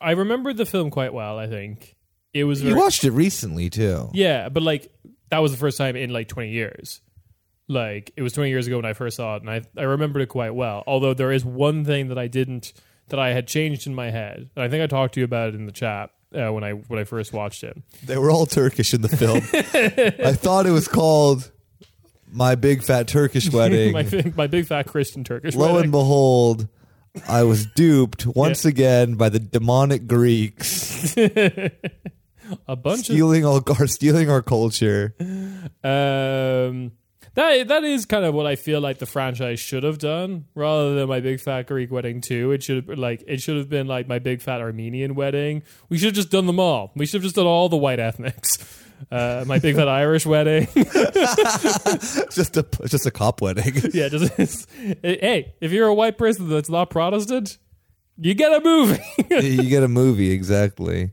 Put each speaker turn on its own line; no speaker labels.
I remember the film quite well. I think it was.
You
very-
watched it recently too.
Yeah, but like that was the first time in like 20 years. Like it was 20 years ago when I first saw it, and I I remembered it quite well. Although there is one thing that I didn't that I had changed in my head, and I think I talked to you about it in the chat uh, when I when I first watched it.
They were all Turkish in the film. I thought it was called My Big Fat Turkish Wedding.
my my big fat Christian Turkish.
Lo
wedding.
and behold, I was duped once again by the demonic Greeks
a bunch of
stealing all our stealing our culture.
um. That, that is kind of what I feel like the franchise should have done, rather than my big fat Greek wedding too. It should have like it should have been like my big fat Armenian wedding. We should have just done them all. We should have just done all the white ethnics. Uh, my big fat Irish wedding.
just a just a cop wedding.
yeah, just it's- hey, if you're a white person that's not Protestant, you get a movie.
you get a movie exactly.